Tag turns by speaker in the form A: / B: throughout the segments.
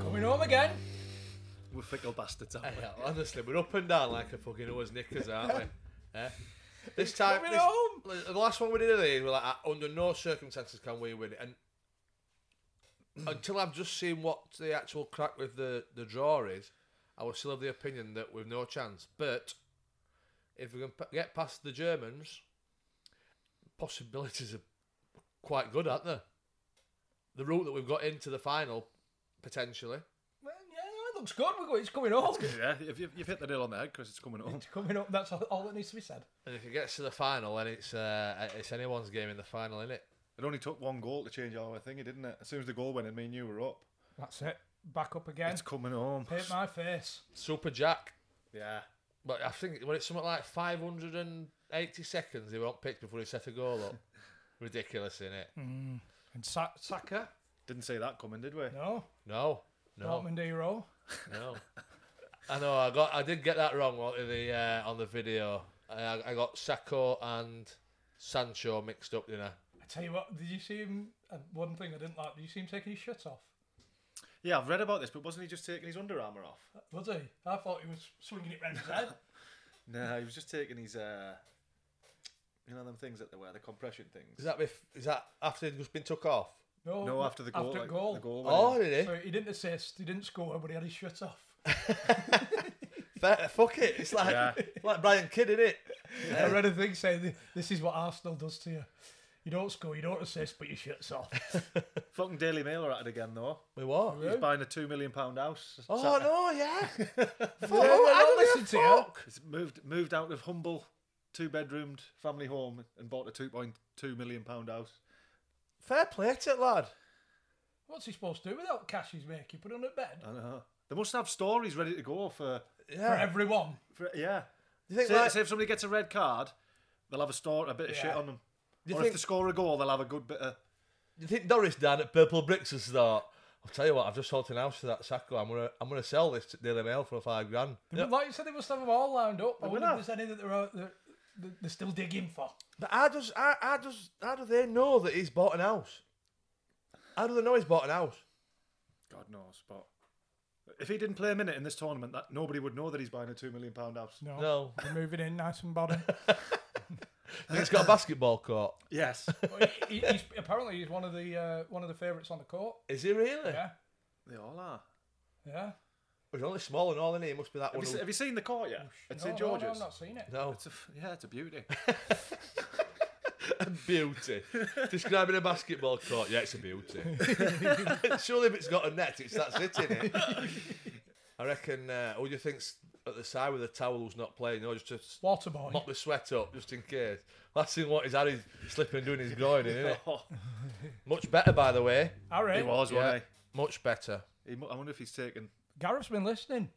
A: Coming home again.
B: We're fickle bastards, aren't we?
A: Yeah, honestly, we're up and down like a fucking always knickers, aren't we? Eh? This time,
B: coming
A: this-
B: home.
A: like, the last one we did, earlier, we were like, "Uh, under no circumstances can we win it. And until I've just seen what the actual crack with the, the draw is, I was still of the opinion that we've no chance. But if we can p- get past the Germans, possibilities are quite good, aren't they? The route that we've got into the final, potentially.
B: Well, yeah, it looks good. We're going, it's coming home.
C: Yeah, you've, you've- you've hit the nail on the head, Chris. It's coming home.
B: It's coming up. That's all, all that needs to be said.
A: And if it gets to the final, then it's uh, it's anyone's game in the final, isn't it?
C: It only took one goal to change our thingy, didn't it? As soon as the goal went in, me and you were up.
B: That's it. Back up again.
C: It's coming home.
B: Hit my face.
A: Super Jack.
C: Yeah.
A: But I think when it's something like 580 seconds, they were on pitch before he set a goal up. Ridiculous, isn't it?
C: Hmm.
B: And Sa- Saka.
C: Didn't see that coming, did we?
B: No.
A: No, no,
B: Dortmund hero.
A: no. I know. I got. I did get that wrong on the uh, on the video. I, I got Sacco and Sancho mixed up, didn't I?
B: I tell you what. Did you see him? Uh, one thing I didn't like. Did you see him taking his shirt off?
C: Yeah, I've read about this, but wasn't he just taking his Under Armour off?
B: Was he? I thought he was swinging it round his head.
C: No, he was just taking his, uh, you know, them things that they wear, the compression things.
A: Is that bef- is that after he'd just been took off?
B: No.
C: no, after the goal.
B: After
C: like,
B: goal.
C: The goal went
A: Oh,
C: in.
A: did
B: So he didn't assist. He didn't score, but he had his shirt off.
A: he? Fair, fuck it. It's like
C: Yeah.
A: like Brian Kidd, is it?
B: I read a thing saying this is what Arsenal does to you. You don't score, you don't assist, but your shirt's off.
C: Fucking Daily Mail are at it again, though.
A: We what?
C: He's buying a £2 million house.
A: Oh
C: Sat-
A: no, yeah. Fuck,
B: no,
A: I
B: listen
A: don't give
B: to you.
A: a fuck.
C: He's moved, moved out of humble two bedroomed family home and bought a £2.2 million house.
A: Fair play to it, lad.
B: What's he supposed to do without cash he's making? Put it on a bed
C: I know. They must have stories ready to go for
B: for everyone.
C: For, yeah.
A: You think
C: say,
A: like-
C: say if somebody gets a red card, they'll have a store a bit of
B: Yeah.
C: shit on them.
A: You
C: or
A: think-
C: if they score a goal, they'll have a good bit of.
A: You think Doris Dan at Purple Bricks will start? I'll tell you what, I've just sold an house to that Sacco. I'm gonna I'm gonna sell this to Daily Mail for five grand.
B: They would- Like you said, they must have them all lined up. I
C: would
B: wonder if
C: have.
B: there's any that they're, out- they're, they're they're still digging for.
A: But how does how, how does how do they know that he's bought an house? How do they know he's bought an house?
C: God knows, but if he didn't play a minute in this tournament, that nobody would know that he's buying a two million pound house.
B: No.
A: No.
B: They're moving in nice and body.
A: And it's got a basketball court.
C: Yes,
B: But he, he- he's, apparently, he's one of the uh, one of the favourites on the court.
A: Is he really?
B: Yeah.
C: they all are.
B: Yeah.
A: He's only small and all in He must be that
C: Have
A: one.
C: you, se-
A: who-
C: have you seen the
A: Oh,
C: court yet? At
B: No,
C: St
B: no,
C: George's.
B: no, I've not seen it.
A: No.
C: It's a f- yeah, it's a beauty.
A: beauty. Describing a basketball court, yeah, it's a beauty. Surely if it's got a net, it's that's it, innit? I reckon, uh, who do you think's at the side with the towel who's not playing? No, just to s-
B: Water boy.
A: mop the sweat up, just in case. Last thing what is Harry slipping and doing his groin, isn't it? Much better, by the way.
B: Harry.
C: he Oh. was,
A: Yeah,
C: wasn't
A: much better.
C: he? he? mu- I wonder if he's taken.
B: Gareth's been listening.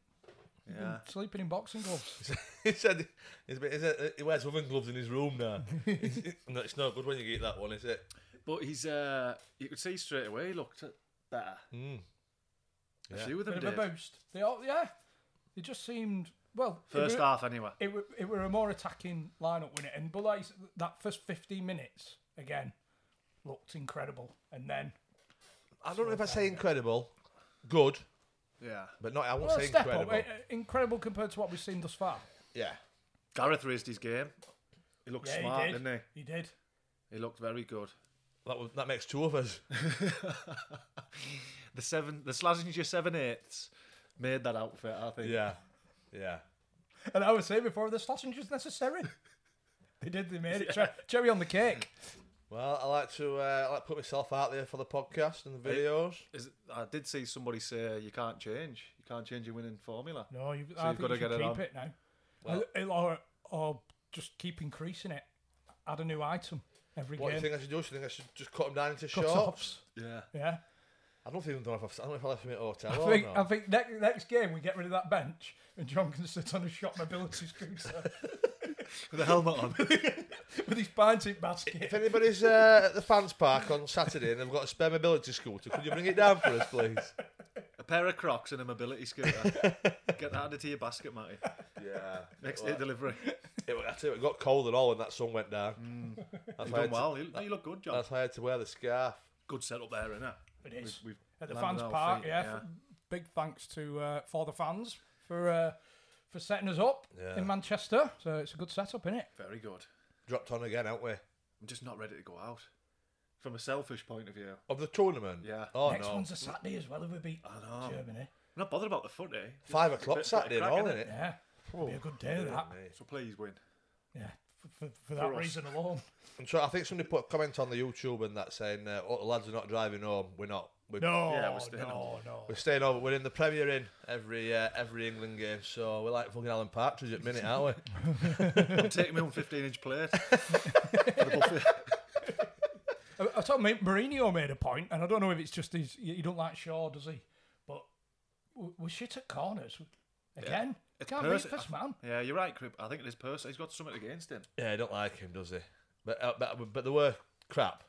A: Mm.
C: Yeah.
B: Sleeping in boxing gloves.
A: he said he's a bit- he's a- uh, he wears oven gloves in his room now. no, it's not good when you get that one, is it?
C: But he's. uh You could see straight away. He looked better.
A: Mm.
C: A
A: Yeah.
C: few of them
B: Bit of
C: did.
B: a boost. They all, yeah. They just seemed Well, it
C: First
B: were-
C: half, anyway.
B: It were, it were a more attacking lineup, wouldn't it? And but like you said, that first 15 minutes again looked incredible, and then
A: I don't know if I say incredible, good,
C: Yeah.
A: but not. I won't
B: well,
A: say
B: step
A: incredible.
B: up, uh, uh, incredible compared to what we've seen thus far.
A: Yeah,
C: Gareth raised his game. He looked
B: Yeah,
C: smart,
B: he did.
C: did. not
B: He did.
C: he? He looked very good.
A: that was, that makes two of us.
C: The seven, the Slazenger seven eighths made that outfit. I think.
A: Yeah, yeah.
B: And I was saying before, the sausages necessary. they did. They made it cher- cherry on the cake.
A: Well, I like to uh, I like to put myself out there for the podcast and the videos.
C: Is it, I did see somebody say you can't change. You can't change your winning formula.
B: No, you've,
C: So
B: I
C: you've
B: think
C: gotta
B: you should
C: get it
B: keep
C: on.
B: it now, Or- or, or just keep increasing it. Add a new item every
A: What do you
B: game.
A: think I should do? Do you think I should just cut them down into
B: Cut
A: shorts?
B: offs.
C: Yeah.
B: Yeah.
A: I don't even know if I've, I don't know if I left him at hotel.
B: I
A: or
B: think,
A: not.
B: I think next, next game we get rid of that bench and John can sit on a shot mobility scooter
C: With the helmet on.
B: with his pint in
A: If
B: basket.
A: anybody's uh, at the fans park on Saturday and they've got a spare mobility scooter, could you bring it down for us, please?
C: a pair of Crocs and a mobility scooter. Get that added to your basket, Matty.
A: Yeah.
C: Next day delivery.
A: It, I tell you, what, it got cold and all when that sun went down.
B: Mm.
A: That's,
C: You've
A: why I had
C: done
A: to,
C: well. You, you look good, John.
A: that's why I had to wear the scarf.
C: Good setup there, isn't it?
B: It is.
C: We've-
B: At
C: we've
B: the
C: landed
B: fans
C: our
B: park,
C: feet,
B: yeah.
C: yeah.
B: f- Big thanks to uh, for the fans for uh, for setting us up
A: Yeah.
B: in Manchester. So it's a good setup, isn't it?
C: Very good.
A: Dropped on again, aren't we?
C: I'm just not ready to go out. From a selfish point of view, I'm
A: Of the tournament?
C: Yeah.
A: Oh,
B: Next
A: no.
B: one's a Saturday as well if we beat Germany.
C: not bothered about the footy.
A: Five o'clock Saturday, eh? and
C: crack,
A: all,
C: innit?
A: isn't it?
B: Yeah. It'll be a good day that.
C: So please win.
B: Yeah. For, for, for that
C: us.
B: reason alone.
A: And so I think somebody put a comment on the YouTube and that saying, uh, oh, the lads are not driving home. We're not. We're,
B: No,
C: Yeah, we're staying
B: no, no.
A: We're staying over. We're in the Premier Inn every uh, every England game, so we're like fucking Alan Partridge at minute, aren't we?
C: I'm taking my own 15 inch plate. For the buffet.
B: I, I thought Ma- Mourinho made a point, and I don't know if it's just his. You you don't like Shaw, does he? But we- we're shit at corners again.
C: It's
B: Can't
C: pers-
B: beat this
C: I-
B: man.
C: Yeah, you're right, Crip. I think it is person. He's got something against him.
A: Yeah, I don't like him, does he? But uh, but but they were crap.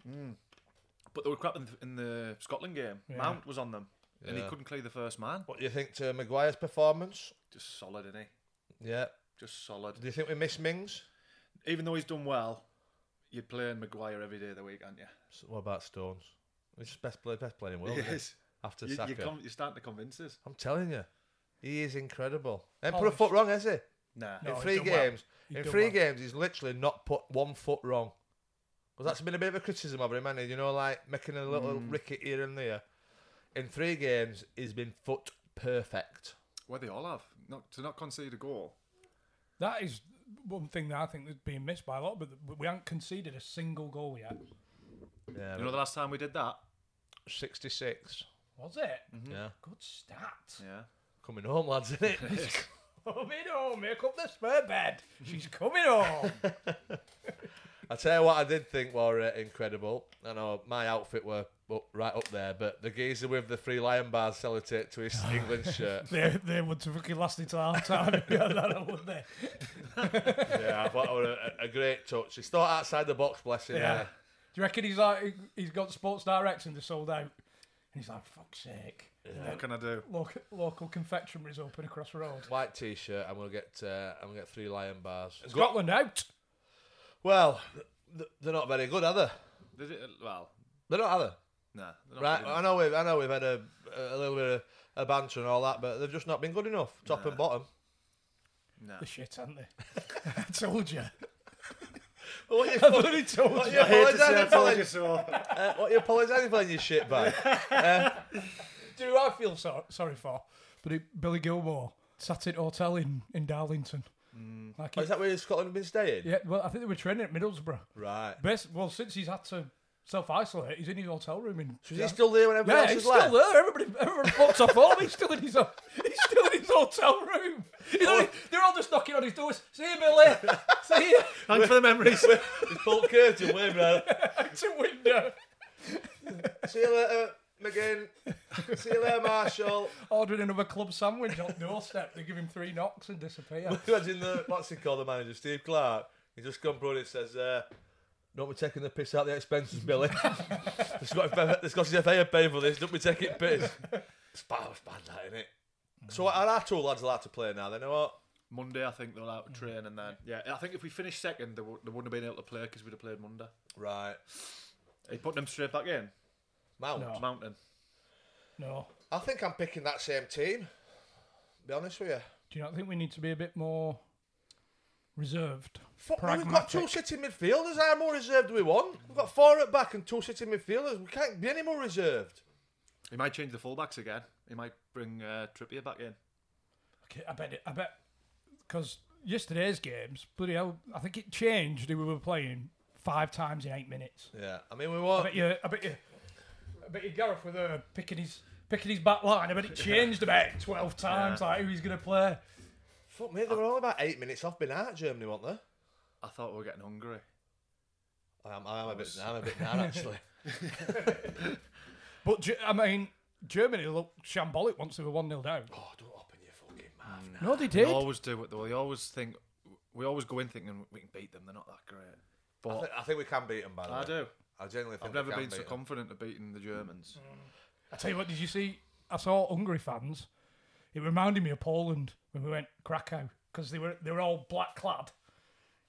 C: But they were crap in the, in the Scotland game. Mount was on them, and he couldn't clear the first man.
A: What do you think to Maguire's performance?
C: Just solid, isn't he?
A: Yeah.
C: Just solid.
A: Do you think we miss Mings?
C: Even though he's done well, you'd play in Maguire every day of the week, aren't you?
A: So what about Stones? He's just best play, best playing world.
C: Yes.
A: After
C: you,
A: Saka,
C: you come, you're starting to convince us.
A: I'm telling you, he is incredible. And put a
B: Polished.
A: foot wrong, has he?
C: Nah.
B: No.
A: in
B: he's
A: three
B: done well.
A: games,
B: He's
A: in
B: done
A: three
B: well.
A: games, he's literally not put one foot wrong. Because that's been a bit of a criticism of him, hasn't it? You know, like making a little ricket here and there. In three games, he's been foot perfect.
C: Well, they all have. Not to not concede a goal.
B: That is one thing that I think that's being missed by a lot. But th- we haven't conceded a single goal yet.
A: Yeah,
C: You know the last time we did that?
A: 66.
B: Was it?
A: Yeah.
B: Good stat.
C: Yeah.
A: Coming home, lads, isn't it?
B: Coming home, make up the spare bed. She's coming home.
A: I tell you what, I did think were uh, incredible. I know my outfit were up, right up there, but the geezer with the three lion bars sellotape to his England shirt.
B: they, they would have fucking lasted till half time. Yeah, that would they?
A: Yeah, I thought it were a, a great touch. He's thought outside the box, bless him.
B: Yeah.
A: Yeah.
B: Do you reckon he's like he's got Sports Direct and they're sold out? And he's like, fuck's sake.
C: What can I do?
B: Local, local confectionery's open across the road.
A: White t-shirt. I'm gonna get. Uh, I'm gonna get three lion bars.
B: Scotland out.
A: Well, th- they're not very good, are they?
C: Did it, well,
A: They're not, are they?
C: nah. they're not
A: Right.
C: good
A: I
C: enough.
A: know we've. I know we've had a a little bit of a banter and all that, but they've just not been good enough, top and bottom.
B: The shit, haven't they? I told you.
A: Well, what you
B: I bloody told you.
A: you
C: I hate to say I
A: apologising for?
C: told you
A: then?
C: so.
A: Uh, what you apologising for? then, You shit bag.
B: Do you know what I feel so, sorry for? But it, Billy Gilmore sat at a hotel in, in Darlington. Like he-
A: Mm. Oh, Is that where Scotland have been staying?
B: yeah, well, I think they were training at Middlesbrough.
A: Right.
B: Bas- well, since he's had to self isolate, he's in his hotel room in.
A: So is he still there when everyone
B: yeah,
A: else
B: he's
A: is
B: still
A: left?
B: there. Everybody, everyone fucks off home. He's still in his, ho- he's still in his hotel room. You know,
A: Oh.
B: they're all just knocking on his doors. See you, Billy. See you.
C: Thanks for the memories.
A: He's pulled curtain. Wait, bro.
B: It's a window.
A: uh, See you later, McGinn. See you later, Marshall.
B: ordering another club sandwich on doorstep. They give him three knocks and disappear.
A: Imagine the what's he called, the manager, Steve Clark. He just come through and he says, uh, "Don't be taking the piss out of the expenses, Billy. the, Scottish, the Scottish FA are paying for this. Don't be taking piss." It's bad, it's bad that, isn't it? So our our two lads allowed to play now. Then you know what?
C: Monday, I think they'll out train, and then yeah, I think if we finished second, they, w- they wouldn't have been able to play because we'd have played Monday.
A: Right.
C: Are you putting them straight back in?
A: Mount.
B: No.
C: Mountain.
B: No.
A: I think I'm picking that same team. Be honest with you.
B: Do you not think we need to be a bit more reserved?
A: Fuck, man, we've got two sitting midfielders. How more reserved do we want? We've got four at back and two sitting midfielders. We can't be any more reserved.
C: He might change the fullbacks again. He might bring uh, Trippier back in.
B: Okay, I bet it. I bet because yesterday's games, bloody hell, I think it changed. who We were playing five times in eight minutes.
A: Yeah. I mean, we
B: I
A: want.
B: bet you. I bet you. I bet you Gareth with her picking his picking his back line. I bet it changed about twelve times. Like who he's going to play?
A: Fuck me, they were only about eight minutes off being out at Germany, weren't they?
C: I thought we were getting hungry.
A: I am, I am a bit, I'm a bit mad actually.
B: But Ge- I mean, Germany looked shambolic once they were one 0 down.
A: oh, don't open your fucking mouth now.
B: No, they
C: They
B: did.
C: always do it though. They always think we always go in thinking we can beat them. They're not that great.
A: I,
C: But
A: think, I think we can beat them, by the
C: I,
A: way.
C: do.
A: I genuinely think
C: I've never
A: we Oh, can
C: been so
A: beat 'em.
C: confident of beating the Germans.
A: Mm-hmm.
B: I tell you what, did you see? I saw Hungary fans. It reminded me of Poland when we went Krakow because they were they were all black clad.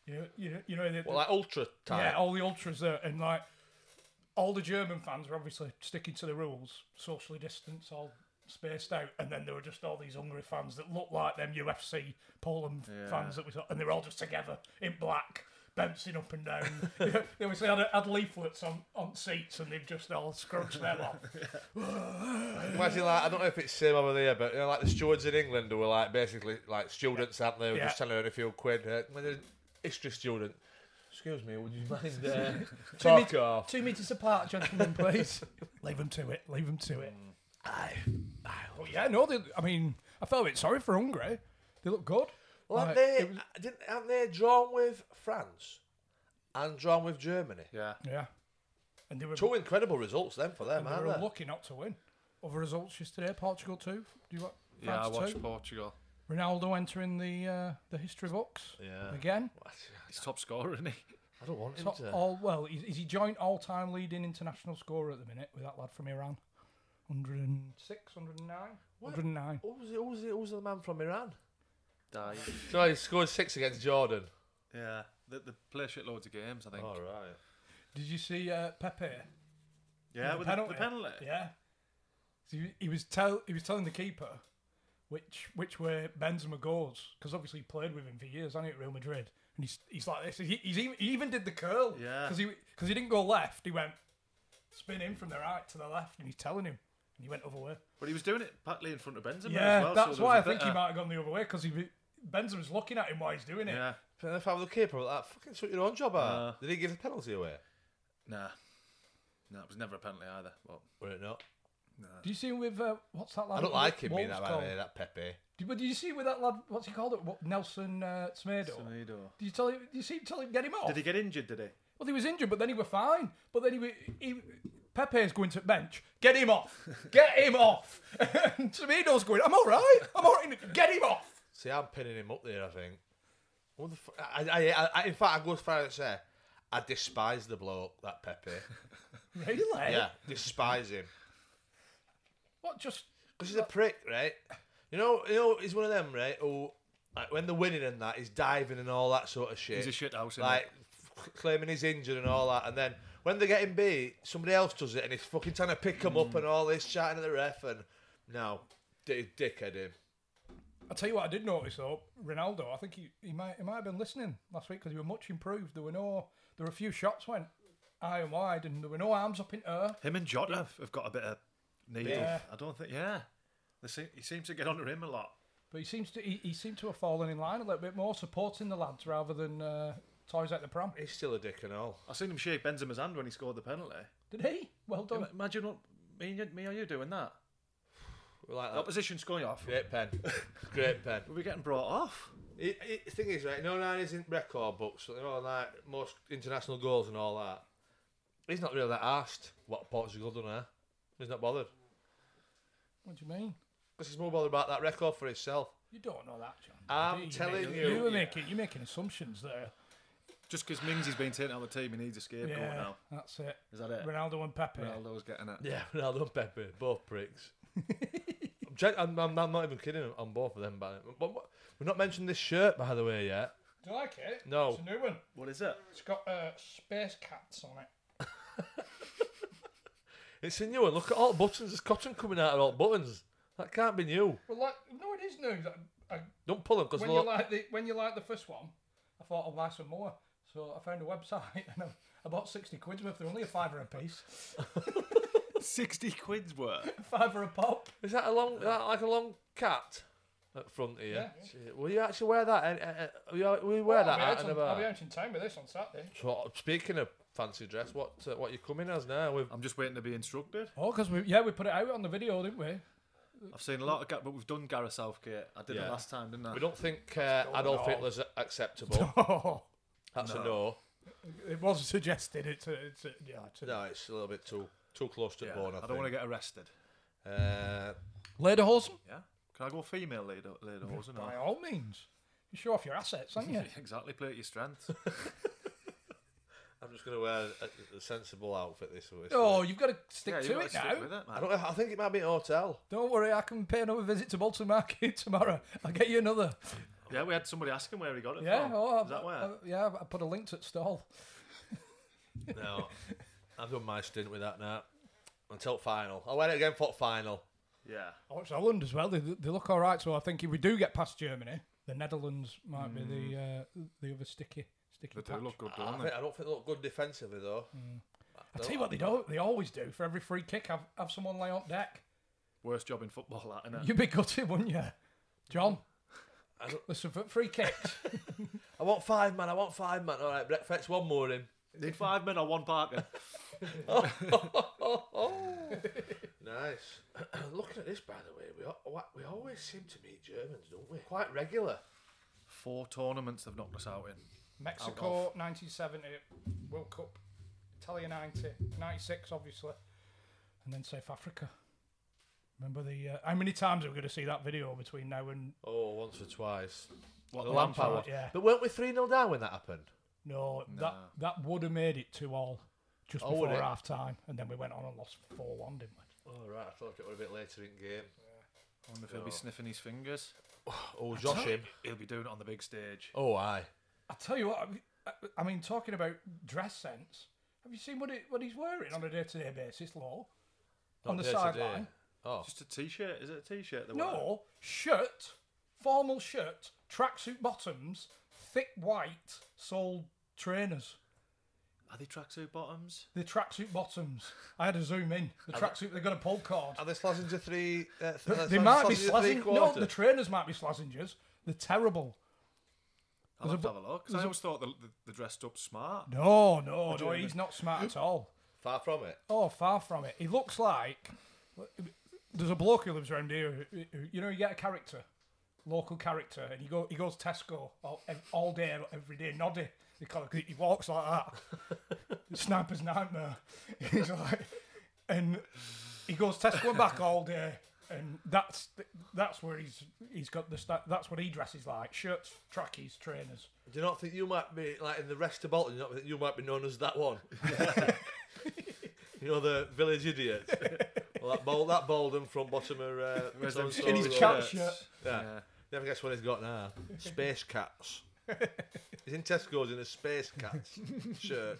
B: You know, you know, you know. They,
A: Well, like ultra tight.
B: yeah, all the ultras there, and like all the German fans were obviously sticking to the rules, socially distanced, all spaced out, and then there were just all these Hungary fans that looked like them UFC Poland fans that we saw, and they were all just together in black. Bouncing up and down. they obviously had, had leaflets on, on seats and they've just all scrunched them off.
A: Imagine like I don't know if it's same over there, but you know, like the stewards in England who were like basically like students, aren't they? Who were
B: Yeah.
A: Just telling her a few quid. Uh, when they're a history student. Excuse me, would you mind uh, talk off?
B: Two metres apart, gentlemen, please. leave them to it. Leave them to it. Aye. Aye. Well, yeah, no, they, I mean, I felt a bit sorry for Hungary. They look good.
A: Well,
B: Like,
A: aren't they
B: it was-
A: didn't aren't they drawn with France and drawn with Germany?
C: Yeah.
B: yeah. And they were,
A: Two incredible results then for them,
B: and they were
A: aren't they?
B: lucky not to win. Other results yesterday, Portugal 2. Do you want
C: Yeah, I
B: France
C: watched
B: 2?
C: Portugal.
B: Ronaldo entering the uh, the history books
A: Yeah.
B: again.
C: He's top scorer, isn't he?
A: I don't want him
B: Top
A: to.
B: all well, is, is he joint all time leading international scorer at the minute with that lad from Iran? 106, 109? 109.
A: Who was, it, who, was it, who was the man from Iran?
C: Die.
A: No, he scored six against Jordan.
C: Yeah. They, they play shitloads of games, I think.
A: All right.
B: Did you see uh, Pepe
C: Yeah,
B: the
C: with
B: penalty.
C: The, the penalty.
B: Yeah. So he, he was tell he was telling the keeper which which way Benzema goes because obviously he played with him for years, hasn't he, at Real Madrid? And he's he's like this. He, he's even, he even did the curl.
C: Yeah.
B: Because he because he didn't go left. He went spin in from the right to the left, and he's telling him, and he went other way.
C: But he was doing it partly in front of Benzema
B: Yeah,
C: as well. so
B: that's
C: there
B: why I
C: was a
B: think
C: bit uh,
B: he
C: of-
B: might have gone the other way because he be- Benzema's looking at him while he's doing it.
C: Yeah.
A: But if I was the keeper, like, fucking sort your own job out. Did he give the penalty away?
C: Nah. Nah, it was never a penalty either. Well,
A: Were it not?
B: Do you see him with uh, what's that lad?
A: I don't
B: with
A: like him being
B: Wolves
A: that bad,
B: called?
A: eh, that Pepe.
B: Did, but did you see with that lad? What's he called? What, Nelson uh, Semedo.
C: Semedo.
B: Did you tell him? Did you see tell him get him off?
C: did he get injured? Did he?
B: Well, he was injured, but then he was fine. But then he, were, he Pepe's going to the bench. Get him off. Get him off. and Semedo's going. I'm all right. I'm all right. Get him off.
A: See, I'm pinning him up there, I think. What the fu- I, I, I, I, in fact, I go as far as to say, I despise the bloke, that Pepe.
B: Really?
A: yeah, despise him.
B: What? Just
A: Because he's a prick, right? You know, you know, he's one of them, right? Who, like, when they're winning and that, he's diving and all that sort of shit.
C: He's a shithouse, isn't
A: Like, f- claiming he's injured and all that. And then when they're getting beat, somebody else does it and he's fucking trying to pick him
C: Mm.
A: up and all this, shouting at the ref. And no, d- dickhead him.
B: I tell you what, I did notice though. Ronaldo. I think he, he might he might have been listening last week because he was much improved. There were no there were a few shots went high and wide, and there were no arms up in air.
C: Him and Jota have- have got a bit of needle.
B: Yeah.
C: I don't think. Yeah, they seem, he seems to get under him a lot.
B: But he seems to he, he seemed to have fallen in line a little bit more, supporting the lads rather than uh, toys at the pram.
A: He's still a dick and all.
C: I seen him shake Benzema's hand when he scored the penalty.
B: Did he? Well done.
C: Ima- Imagine what me, and you, me or you doing that.
A: We like
C: The
A: that.
C: opposition scoring off.
A: Great pen. Great pen.
C: We're getting brought off.
A: He, he, the thing is, right, no nine isn't record books, you know, like most international goals and all that. He's not really that asked what Portugal done there. He's not bothered.
B: What do you mean?
A: Because he's more bothered about that record for himself.
B: You don't know that, John.
A: I'm
B: Do you?
A: telling
B: You,
A: you.
B: were making you're making assumptions there.
C: Just because Mingsy's been taken out of the team, he needs a scapegoat
B: Yeah,
C: now.
B: that's it.
C: Is that it?
B: Ronaldo and Pepe.
C: Ronaldo's getting it.
A: Yeah, Ronaldo and Pepe, both pricks. Gen- I'm, I'm, I'm not even kidding on both of them. But, but what- we've not mentioned this shirt, by the way, yet.
B: Do you like it?
A: No.
B: It's a new one.
C: What is it?
B: It's got uh, space cats on it.
A: It's a new one. Look at all the buttons. There's cotton coming out of all the buttons. That can't be new.
B: Well, like no, it is new. That- I-
A: Don't pull them because
B: when you like the when you like the first one, I thought I'll buy some more. So I found a website and I, I bought sixty quid's worth. They're only a fiver a piece,
D: Sixty quid's worth.
B: fiver a pop.
A: is that a long is that like a long cat at front here?
B: uh, Yeah. Oh,
A: Shit. Will you actually wear that? And, uh, uh, will you- will you wear that out
B: I'll, be out
A: and
B: on, I'll
A: about?
B: be out in town with this on Saturday.
A: So, speaking of fancy dress, what uh, what you coming as now? With
C: I'm just waiting to be instructed.
B: Oh, because we yeah we put it out on the video, didn't we?
C: I've seen a lot of Ga- but we've done Gareth Southgate. I did
A: Yeah.
C: it last time, didn't I?
A: we don't think uh, Adolf
B: on?
A: Hitler's acceptable.
B: Oh,
A: That's a no.
B: it was suggested. It's a, it's a, yeah. It's a,
A: No, it's a little bit too too close to
C: Yeah,
A: the bone. I,
C: I, don't want to get arrested.
A: get. Uh,
B: Lederhosen?
C: Yeah. Can I go female later? Later, wasn't
B: By
C: I?
B: all means, you show off your assets, aren't you?
C: Exactly. Play at your strength.
A: I'm just going to wear a, a sensible outfit this week.
B: oh, you've got to stick
C: yeah, you
B: to
C: gotta
B: it
C: stick
B: now.
C: with it, man.
A: I don't. know, I think it might be an hotel.
B: Don't worry, I can pay another visit to Bolton Market tomorrow. I'll get you another.
C: Yeah, we had somebody asking where he got it.
B: Yeah,
C: from.
B: oh,
C: is that where?
B: I, yeah, I put a link to it stall.
A: No, I've done my stint with that now. Until final, I'll wear it again for final.
C: yeah.
B: Oh, it's Holland as well. They, they look all right. So I think if we do get past Germany, the Netherlands might be the uh, the other sticky sticky
C: Hmm. They do
B: patch.
C: look good,
A: I,
C: don't
A: think,
C: they?
A: I don't think they look good defensively though.
B: I tell you what, they do. They always do. For every free kick, have have someone lay on deck.
C: Worst job in football, that, innit?
B: You'd be gutted, wouldn't you, John?
A: I don't-
B: Listen for free kicks.
A: I want five man. I want five man. All right, Brett, fetch one more in.
C: Need five men or one Parker.
A: Nice. Looking at this, by the way, we al- wa- we always seem to meet Germans, don't we? Quite regular.
C: Four tournaments they've knocked us out in.
B: Mexico, 1970, World Cup, Italia, 90, 96, obviously, and then South Africa. Remember the uh, how many times are we going to see that video between now and
A: Oh, once or twice.
C: What
A: the Lampard one.
B: Lampard, yeah.
A: But weren't we 3 0 down when that happened?
B: no, that that would have made it two all just
A: Oh, would
B: before
A: it?
B: half time, and then we went on and lost four one, didn't we?
A: Oh, right. I thought it was a bit later in game.
C: I wonder if he'll be sniffing his fingers.
A: Oh, Josh him.
C: He'll be doing it on the big stage.
A: Oh, aye.
B: I tell you what, I've- I, I mean, talking about dress sense, have you seen what it, what he's wearing on a day to day basis, Law? On the
A: Day to day.
B: sideline?
A: Oh.
C: Just a t-shirt. Is it a t-shirt? They wear?
B: No, shirt, formal shirt, tracksuit bottoms, thick white soled trainers.
C: Are they tracksuit bottoms?
B: The tracksuit bottoms. I had to zoom in. The tracksuit, they've got a pole card.
A: Are they slashing to three? Uh, th- uh,
B: They
A: slashing-
B: might be
A: slashing to three
B: Slazingers. No,
A: quarter?
B: the trainers might be Slazingers. They're terrible.
C: I'll have to have a look. 'cause I
B: a-
C: always thought they, they dressed up smart.
B: No, no, no,
C: German.
B: he's not smart at all.
A: Far from it.
B: Oh, far from it. He looks like. There's a bloke who lives around here. Who, who- you know, you get a character, local character, and he go he goes Tesco all, ev- all day, every day, noddy. They call it 'cause he walks like that. Sniper's nightmare. He's like, and he goes Tesco and back all day, and that's that's where he's he's got the sta- that's what he dresses like: shirts, trackies, trainers.
A: Do you not think you might be, like in the rest of Bolton, you, not think you might be known as that one? you know, the village idiot. well, that, bald, that bald and front bottomer. Uh,
C: Whereas them
A: so-and-so
B: In his
A: with
C: shorts-
A: all
B: cat
A: the-
B: shirt.
A: Yeah. Never guess what he's got now. Space cats. he's in Tesco's in a space cats shirt.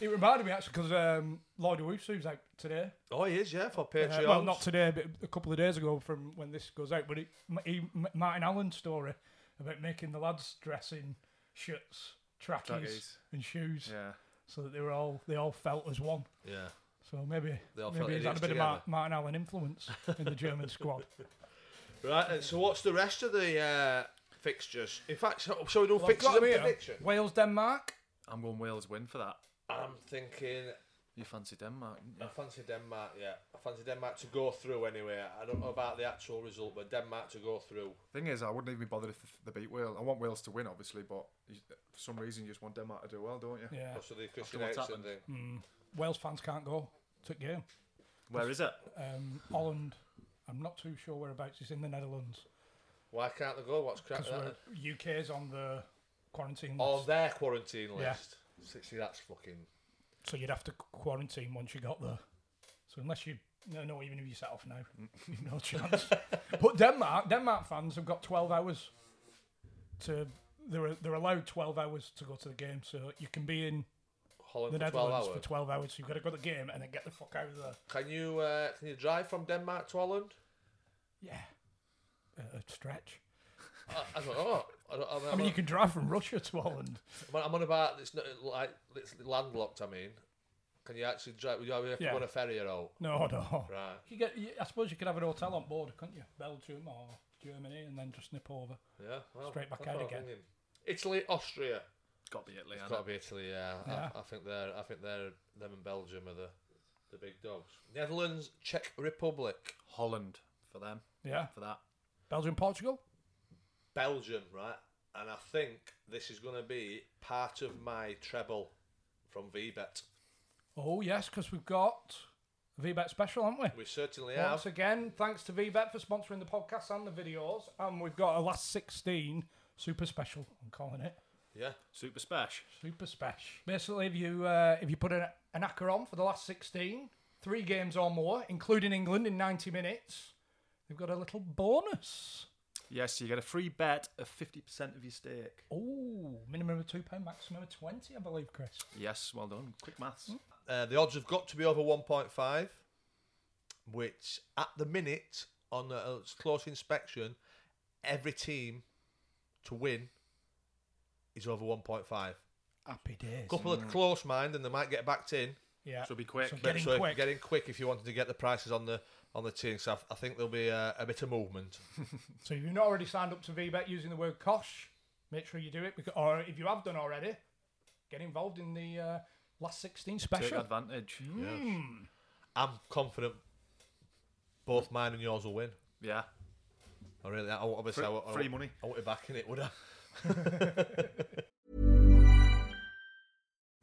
B: It reminded me actually because um, Lloyd Owusu's out today.
A: Oh, he is, yeah, for
B: Uh,
A: Patreon.
B: well, not today, but a couple of days ago from when this goes out. But it, M- he, M- Martin Allen's story about making the lads dress in shirts, trackies,
C: Trackies.
B: and shoes,
C: Yeah.
B: so that they were all they all felt as one.
A: Yeah.
B: So maybe
A: They all felt
B: maybe he's had a
A: idiots
B: bit of Mar-
A: together.
B: Martin Allen influence in the German squad.
A: Right, and so what's the rest of the uh, fixtures? In fact, so, so we do
B: Well, I've
A: fixtures
B: got
A: and
B: 'em here.
A: prediction.
B: Wales, Denmark.
C: I'm going Wales win for that.
A: I'm thinking
C: You fancy Denmark? didn't you?
A: I fancy Denmark, yeah. I fancy Denmark to go through anyway. I don't know about the actual result, but Denmark to go through.
C: Thing is, I wouldn't even be bothered if they beat Wales. I want Wales to win, obviously, but you, for some reason, you just want Denmark to do well, don't you?
B: Yeah,
A: Also the Christian
C: what's
A: Eriksen
C: happened.
A: thing.
B: Hmm. Wales fans can't go to the game.
C: Where is it?
B: Um, Holland. I'm not too sure whereabouts it's in the Netherlands
A: Why can't they go? What's crap?
B: because
A: with that?
B: UK's on the quarantine list,
A: On their quarantine
B: Yeah.
A: list. See, that's fucking.
B: so you'd have to quarantine once you got there. So unless you No, no, even if you set off now, you've no chance. but Denmark, Denmark fans have got 12 hours to. They're, they're allowed 12 hours to go to the game, so you can be in
A: Holland
B: the
A: Oh, for twelve
B: Netherlands
A: hours.
B: for 12 hours. So you've got to go to the game and then get the fuck out of there.
A: Can you uh, can you drive from Denmark to Holland?
B: Yeah. Uh, a stretch.
A: I, I don't know. I don't, I'm,
B: I mean, you can drive from Russia to Holland.
A: I'm, I'm on about it's not like it's landlocked. I mean, can you actually drive? Would you have to
B: Yeah.
A: go on a ferry or out?
B: No, no.
A: Right.
B: You get, you, I suppose you could have an hotel on board, couldn't you? Belgium or Germany, and then just nip over.
A: Yeah. Well,
B: Straight back
A: that's
B: out
A: what I'm
B: again.
A: thinking. Italy, Austria.
D: Got to be Italy.
A: Got to be Italy. Yeah.
B: Yeah.
A: I, I think they're. I think they're them and Belgium are the the big dogs. Netherlands, Czech Republic,
D: Holland for them
B: Yeah.
D: for that.
B: Belgium, Portugal?
A: Belgium. Right. And I think this is going to be part of my treble from VBET.
B: Oh, yes, because we've got VBET special, haven't we?
A: We certainly
B: Once
A: have.
B: again, thanks to VBET for sponsoring the podcast and the videos. And we've got a last 16 super special, I'm calling it.
A: Yeah.
D: Super special.
B: Super special. Basically, if you uh, if you put an, an acca on for the last 16, three games or more, including England in 90 minutes, they've got a little bonus.
D: Yes, you get a free bet of fifty percent of your stake.
B: Oh, minimum of £2, maximum of 20 I believe, Chris.
D: Yes, well done. Quick maths.
B: Hmm.
A: Uh, the odds have got to be over 1.5, which at the minute, on a a close inspection, every team to win is over 1.5. A
B: Happy days.
A: couple of close mind and they might get backed in.
B: Yeah.
D: So be quick.
B: So
D: But
B: getting
A: so if-
B: quick.
A: getting quick if you wanted to get the prices on the on the team. So I, I think there'll be a, a bit of movement.
B: So if you've not already signed up to VBET using the word Kosh, make sure you do it. Because, or if you have done already, get involved in the uh, last 16
D: Take
B: special. Hmm.
D: advantage.
A: I'm confident both mine and yours will win.
D: Yeah.
A: I really, I, obviously, I,
D: Free-
A: I,
D: free money.
A: I, wouldn't be backing it, would I?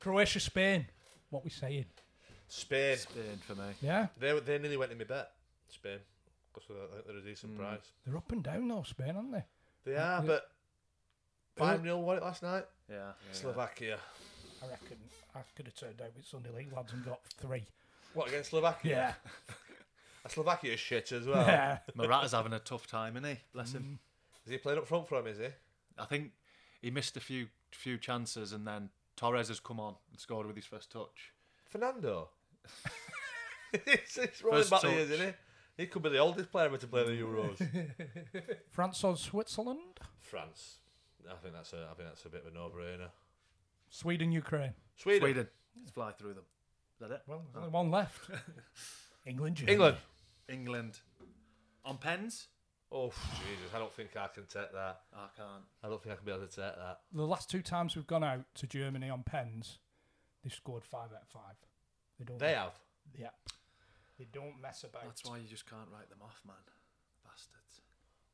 B: Croatia, Spain. What we saying?
A: Spain.
D: Spain for me.
B: Yeah.
A: They they nearly went to my bet, Spain. Because I think they're a
D: Hmm.
A: decent price.
B: They're up and down though, Spain, aren't they?
A: They are, but five 0 won it last night.
D: Yeah. yeah,
A: Slovakia.
B: I reckon I could have turned out with Sunday League lads and got three.
A: What against Slovakia?
B: Yeah.
A: Slovakia shit as well.
D: yeah.
B: Yeah.
D: Morata's having a tough time, isn't he? Bless
B: Hmm.
D: him.
A: Is he playing up front for him? Is he?
D: I think he missed a few few chances, and then Torres has come on and scored with his first touch.
A: Fernando. it's, it's rolling
D: First
A: back the years,
D: touch.
A: isn't he? He could be the oldest player ever to play the Euros.
B: France or Switzerland?
A: France. I think that's a I think that's a bit of a no brainer.
B: Sweden, Ukraine.
A: Sweden.
D: Sweden. Let's fly through them. Is that it?
B: Well, there's only one left. England, Germany.
A: England.
D: England. On pens?
A: Oh Jesus! I don't think I can take that.
D: I can't.
A: I don't think I can be able to take that.
B: The last two times we've gone out to Germany on pens, they've scored five out of five. They don't.
A: They have.
B: Yeah. They don't mess about.
D: That's why you just can't write them off, man.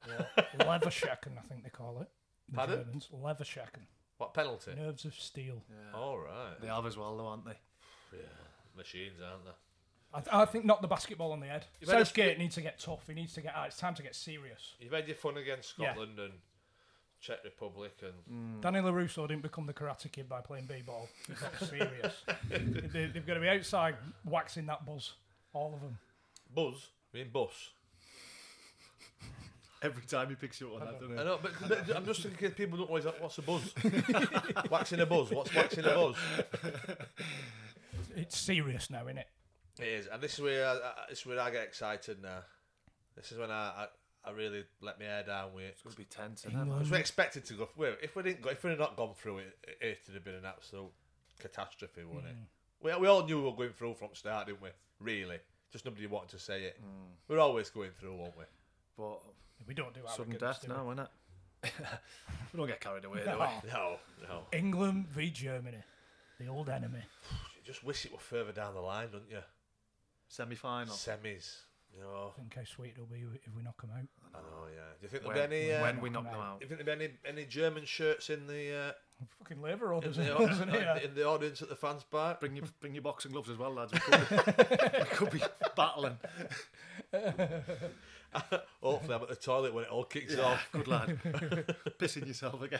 D: Bastards.
B: Levershacken, I think they call it. The
A: Pardon?
B: Germans. Levershacken.
A: What penalty?
B: Nerves of steel.
A: All right.
D: They have as well, though, aren't they?
A: Machines, aren't they?
B: I, th- I think knock the basketball on the head.
A: You better-
B: Southgate needs to get tough. He needs to get out. It's time to get serious.
A: You've had your fun against
B: Yeah.
A: Scotland and Czech Republic and
D: Hmm.
B: Danny LaRusso didn't become the Karate Kid by playing b-ball. He got serious. they, they've got to be outside waxing that buzz. All of them.
A: Buzz. I mean bus.
D: Every time he picks you up on that, doesn't
A: I know, but, but I'm just thinking people don't always what's a buzz. waxing a buzz. What's waxing a buzz?
B: It's serious now, isn't it?
A: It is, and this is where I, I, this is where I get excited now. This is when I, I, I really let my hair down with it.
D: It's going to be tense, isn't it? man?
A: Because we expected to go. We're, if we didn't go, if we had not gone through it, it, it'd have been an absolute catastrophe, wouldn't it? We, we all knew we were going through from the start, didn't we? Really, just nobody wanted to say it. We're always going through, aren't we?
D: But
B: We don't do
D: sudden
B: arrogance,
D: death
B: do we?
D: now, isn't it? we don't get carried away, do
B: No.
D: we?
A: No, no.
B: England v Germany. The old enemy.
A: Do just wish it were further down the line, don't you?
D: Semi final.
A: Semis, you know.
B: Think how sweet it'll be if we knock them out.
A: I know, yeah. Do you think
D: When,
A: there'll be any? Uh,
D: when we knock them out.
A: do you think there'll be any, any German shirts in the
B: Fucking labour
A: uh, in
B: orders,
A: the, au-
B: isn't it?
A: in the audience at the fans' park?
D: Bring your bring your boxing gloves as well, lads. We could be, we could be battling.
A: Hopefully, I'm at the toilet when it all kicks off.
D: Oh, Good lad. Pissing yourself again.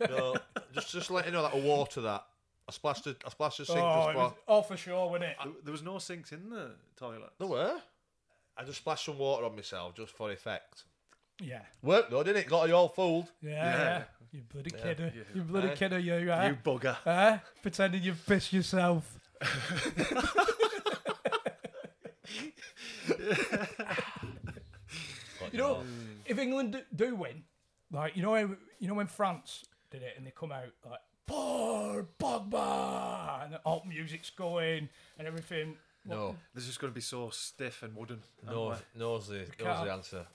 A: No, just just let you know that I water that. I splashed a, I splashed a sink
B: Oh,
A: just
B: it was,
A: before.
B: oh, for sure, wasn't it?
D: There- There was no sinks in the toilet.
A: No where? I just splashed some water on myself just for effect.
B: Yeah.
A: Worked though, didn't it? Got you all fooled.
B: Yeah, yeah. You bloody kidder. You bloody
A: Aye.
B: kidder, you. eh?
D: You bugger.
B: Eh? Pretending you've pissed yourself. you know, if England do- do win, like you know, how- you know when France did it and they come out like "Poor Pogba" and the alt music's going and everything.
A: No,
D: This is going to be so stiff and wooden.
A: no, knows the knows
B: can't.
A: the answer.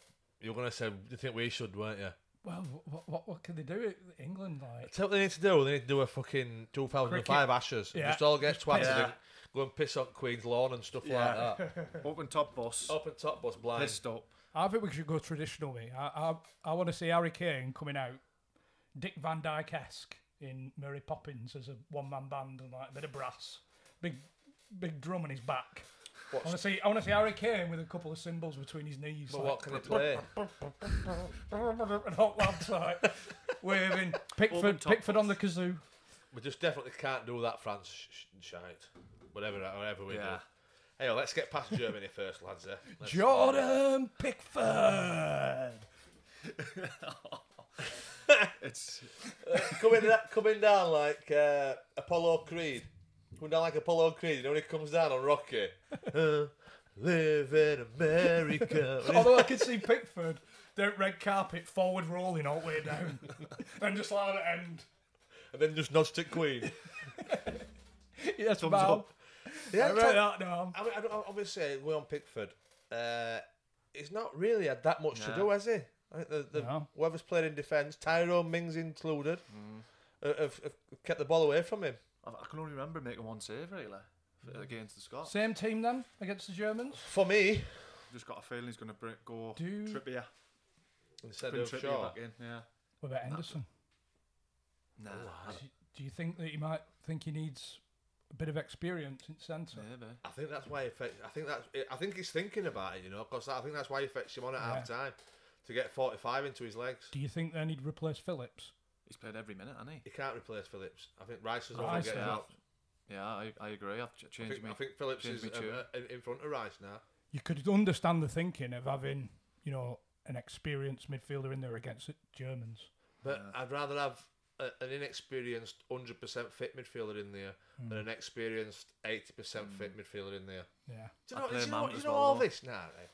A: You were gonna say you think we should, weren't you?
B: Well, what what, what can they do? England like
A: Tell what they need to do. They need to do a fucking 2005 Ashes.
B: Yeah.
A: Just all get
B: Just
A: twatted
B: piss.
A: and go and piss on Queen's lawn and stuff
D: Yeah.
A: like that.
D: Open top boss.
A: Up and top bus blind.
D: Pissed up.
B: I think we should go traditional way. I I, I want to see Harry Kane coming out, Dick Van Dyke esque in Mary Poppins as a one man band and like a bit of brass, big big drum on his back. I want to see I want to see Harry Kane with a couple of cymbals between his knees.
A: But
B: like,
A: what can they play?
B: and hot lads like waving
D: Open
B: Pickford
D: top
B: Pickford on the kazoo.
A: We just definitely can't do that, France sh- sh- shite. Whatever, whatever we
D: Yeah.
A: do. Hey, let's get past Germany first, lads. Eh? Let's-
B: Jordan Pickford.
D: It's
A: coming da- coming down like uh, Apollo Creed. Coming down like Apollo Creed. You know when he comes down on Rocky. Uh, live in America. When he's-
B: Although Oh, I could see Pickford down red carpet forward rolling all the way down, and just like at end.
A: and then just nods to Queen.
B: Yes, Thumbs
D: up.
A: Yeah,
B: I
A: tell-
B: wrote that down.
A: I mean, I don't, obviously, we're on Pickford. Uh, he's not really had that much to do, has he? I think the, the,
B: No.
A: whoever's played in defence, Tyrone Mings included,
D: Mm.
A: uh, have, have kept the ball away from him.
D: I, I can only remember making one save really
A: Mm.
D: f- against the Scots.
B: Same team then against the Germans.
A: For me,
D: Just got a feeling he's going to break, go
B: Do-
D: Trippier.
A: instead
D: Bring
A: of
D: Trippier
A: Shaw.
D: back in. Yeah.
B: What about Henderson?
D: Nah.
A: Oh,
B: Do, do you think that he might think he needs a bit of experience in centre?
D: Maybe.
A: I think that's why. He fetched, I think that's. I think he's thinking about it, you know, because I think that's why he fetched him on at half time to get forty-five into his legs.
B: Do you think then he'd replace Phillips?
D: He's played every minute, hasn't
A: He can't replace Phillips. I think Rice is
B: Rice,
A: going to get
B: yeah.
A: out.
D: he? Yeah, I, I agree. I've ch-
A: I
D: changed
A: think,
D: me.
A: I think Phillips
D: changed
A: is
D: me
A: uh,
D: tune.
A: uh, in- in front of Rice now.
B: You could understand the thinking of having, you know, an experienced midfielder in there against the Germans.
A: But I'd rather have a, an inexperienced 100% fit midfielder in there than an experienced 80% fit midfielder in there.
B: Yeah.
A: Hmm. Do
D: I
A: you know, do
D: play
A: you know,
D: Mount
A: do you
D: as
A: know
D: well,
A: all
D: though.
A: this now? Right?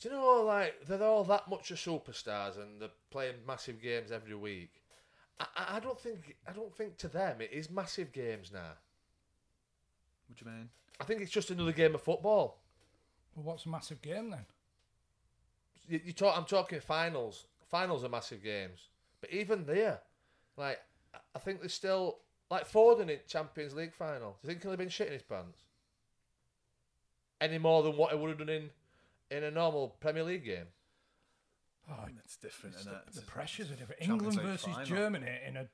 A: Do you know, like, they're all that much of superstars and they're playing massive games every week. I, I- I don't think I don't think to them it is massive games now.
D: What do you mean?
A: I think it's just another game of football.
B: Well, what's a massive game then?
A: You, you talk. I'm talking finals. Finals are massive games, but even there, like I- I think there's still like Foden in Champions League final. Do you think he'll have been shitting his pants any more than what he would have done in in a normal Premier League game?
B: Oh,
D: It's different,
B: it's
D: isn't
B: the,
D: it?
B: the
D: It's-
B: pressures are different.
D: Champions
B: England
D: League
B: versus
D: final.
B: Germany in a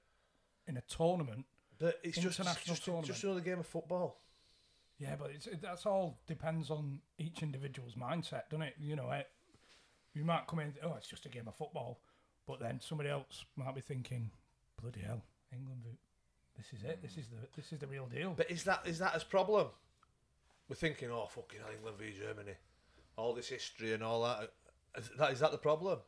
B: in a tournament.
A: But it's just it's
B: International
A: just, it's just another game of football.
B: Yeah, but it's, it, that's all depends on each individual's mindset, doesn't it? You know, it, you might come in, oh, it's just a game of football, but then somebody else might be thinking, bloody hell, England, this is it, this is the this is the real deal.
A: But is that is that his problem? We're thinking, oh fucking hell, England v Germany, all this history and all that. Is that is that the problem?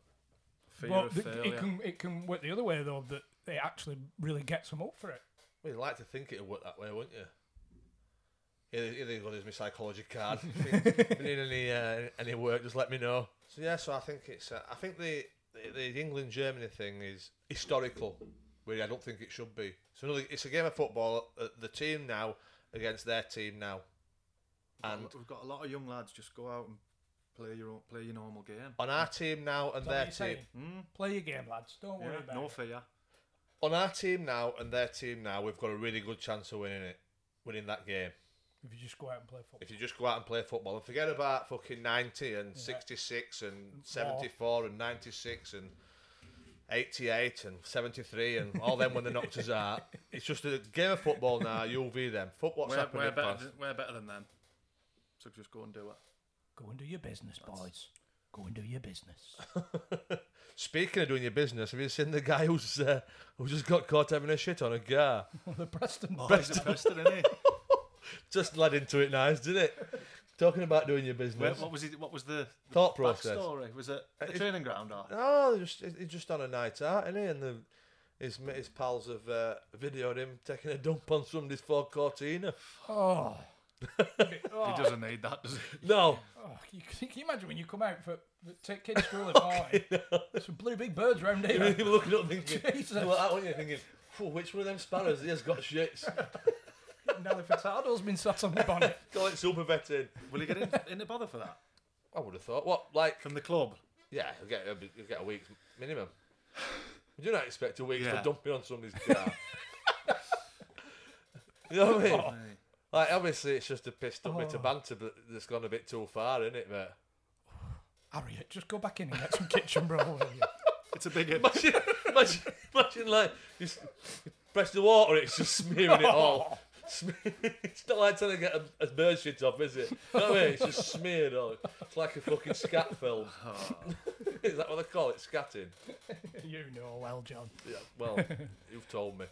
D: Fear
B: Well,
D: of
B: th-
D: failure.
B: it can it can work the other way though that it actually really gets them up for it.
A: Well, you'd like to think it would work that way, wouldn't you? Here, here they go, there's my psychology card. if you need any, uh, any work, just let me know. So, yeah, so I think it's, uh, I think the, the, the England Germany thing is historical, where I don't think it should be. So, another, it's a game of football, uh, the team now against their team now. And
D: We've got a lot of young lads. Just go out and play your own, play your normal game.
A: on our team now and
B: Is that what
A: their
B: you're
A: team.
B: saying? Play your game, lads. Don't worry
D: Yeah,
B: about
D: no
B: it.
D: fear.
A: On our team now and their team now, we've got a really good chance of winning it, winning that game.
B: if you just go out and play football.
A: If you just go out and play football and forget about fucking 90 and 66 and 74 and 96 and 88 and 73 and all them when they knocked us out, it's just a game of football now. You'll be them. Fuck what's
D: We're,
A: happening.
D: we're, better
A: past.
D: than, we're better than them. So just go and do it.
B: Go and do your business, boys. Go and do your business.
A: Speaking of doing your business, have you seen the guy who's uh, who just got caught having a shit on a car?
B: the Preston
C: Oh.
B: boys.
D: He's a Preston, isn't he?
A: Just led into it nice, didn't it? Talking about doing your
D: Where-
A: business.
D: what was it? What was the, the
A: Thought process.
D: Backstory? Was it the training ground or?
A: Oh, they're just he's just on a night out, isn't he? And the, his ma- his pals have uh, videoed him taking a dump on somebody's Ford Cortina.
B: Oh,
D: He doesn't need that, does he?
A: No,
B: oh, you, can you imagine when you come out for, for take kids to school in the morning? There's some blue big birds round here.
A: you were looking up thinking,
B: Jesus.
A: you were like that, weren't you? Thinking, "Phew, which one of them sparrows he has got shits?
B: Nelly Furtado's been sat on the bonnet.
A: Call it super vetting.
D: Will he get in, in the bother for that
A: I would have thought, what like,
D: from the club?
A: yeah, you get a, you get a week minimum. You do not expect a week
D: Yeah.
A: for dumping on somebody's car. you know what I mean? Like, obviously, it's just a pissed up bit of banter but that's gone a bit too far, isn't it, mate?
B: Harriet, just go back in and get some kitchen roll. will you?
D: It's a big. hit.
A: imagine, imagine, imagine like you, s- you press the water, it's just smearing it all. Sme- It's not like trying to get a, a bird shit off, is it? You know what I mean? It's just smeared all. It's like a fucking scat film. is that what they call it? Scatting?
B: You know well, John.
A: Yeah, well, you've told me.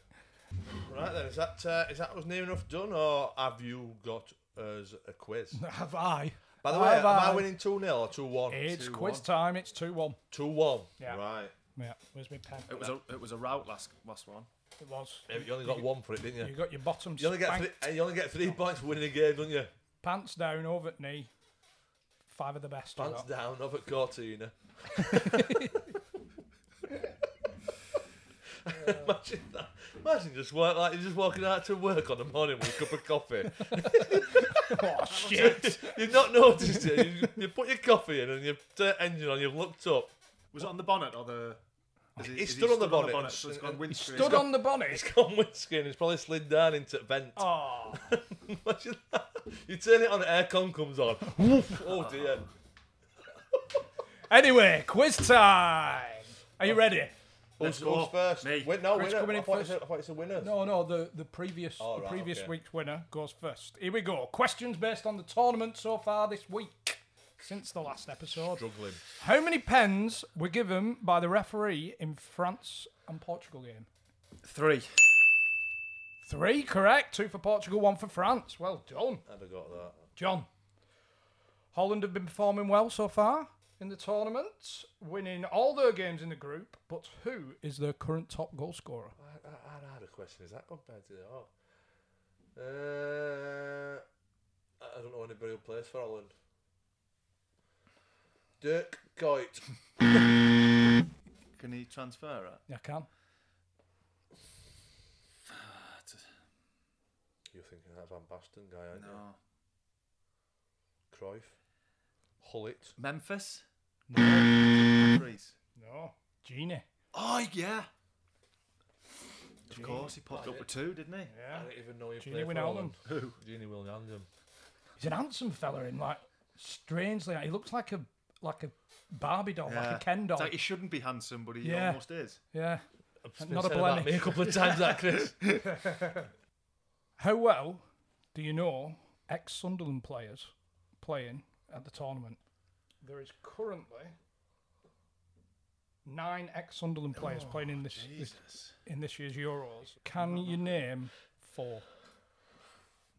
A: Right then, is that uh, is that was near enough done, or have you got us a quiz?
B: Have I?
A: By the
B: Have
A: way, am I
B: I?
A: winning 2 0 or 2 1?
B: It's quiz time. It's 2 1.
A: 2 1.
B: Yeah.
A: Right.
B: Yeah, where's my pen?
D: It was a it was a route last last one.
B: It was.
A: You only got one for it, didn't you?
B: You got your bottom
A: You only get
B: spank-
A: three, you only get three points for winning a game, don't you?
B: pants down, over at knee. Five of the best. I
A: Pants
B: got.
A: down, up at Cortina. imagine that. Imagine just work like you're just walking out to work on the morning with a cup of coffee.
B: Oh, shit.
A: You've not noticed it. You, you put your coffee in and you've turned engine on. You've looked up.
D: Was it on the bonnet or the? Is
A: He
D: is
A: stood on the bonnet and
D: so it's
A: s-
D: gone
A: and-
D: windscreen.
B: Stood on the bonnet.
A: It's gone windscreen. It's probably slid down into the vent.
B: Oh,
A: Imagine that. You turn it on, aircon comes on. Woof. Oh dear.
B: Anyway, quiz time. Are you
A: Oh.
B: ready?
A: Who's,
D: go.
A: who's first?
D: Me.
A: Win, no,
B: Chris
A: winner.
B: coming
A: I
B: in
A: thought, you
B: first.
A: said- I thought it's a winner.
B: No, no, the, the previous
A: Oh,
B: the
A: right,
B: previous
A: okay.
B: week's winner goes first. Here we go. Questions based on the tournament so far this week. Since the last episode.
A: Struggling.
B: How many pens were given by the referee in France and Portugal game?
D: Three.
B: Three, correct. Two for Portugal, one for France. Well done.
A: I'd have got that.
B: John. Holland have been performing well so far in the tournament, winning all their games in the group, but who is their current top goal scorer?
A: I, I, I had a question. Is that compared to the oh, uh, I I don't know anybody who plays for Holland. Dirk Goit.
D: Can he transfer it?
B: I can.
A: You're thinking that Van Basten guy, aren't you?
D: No.
A: Cruyff. Hullet.
D: Memphis. Threes.
B: No. Genie.
D: Oh yeah. Of course, he popped up with two, didn't he?
A: I didn't even know he
B: Gini
A: played for Holland.
B: Wijnaldum.
A: Who? Gini Wijnaldum.
B: He's an handsome fella in like strangely he looks like a like a Barbie doll, like a Ken doll.
D: It's like he shouldn't be handsome, but he
B: Yeah.
D: almost is.
B: yeah. Not a
A: Said about
B: blenny.
A: me a couple of times, that Chris.
B: How well do you know ex Sunderland players playing at the tournament? There is currently nine ex Sunderland players playing in this, this in this year's Euros. Can you name four?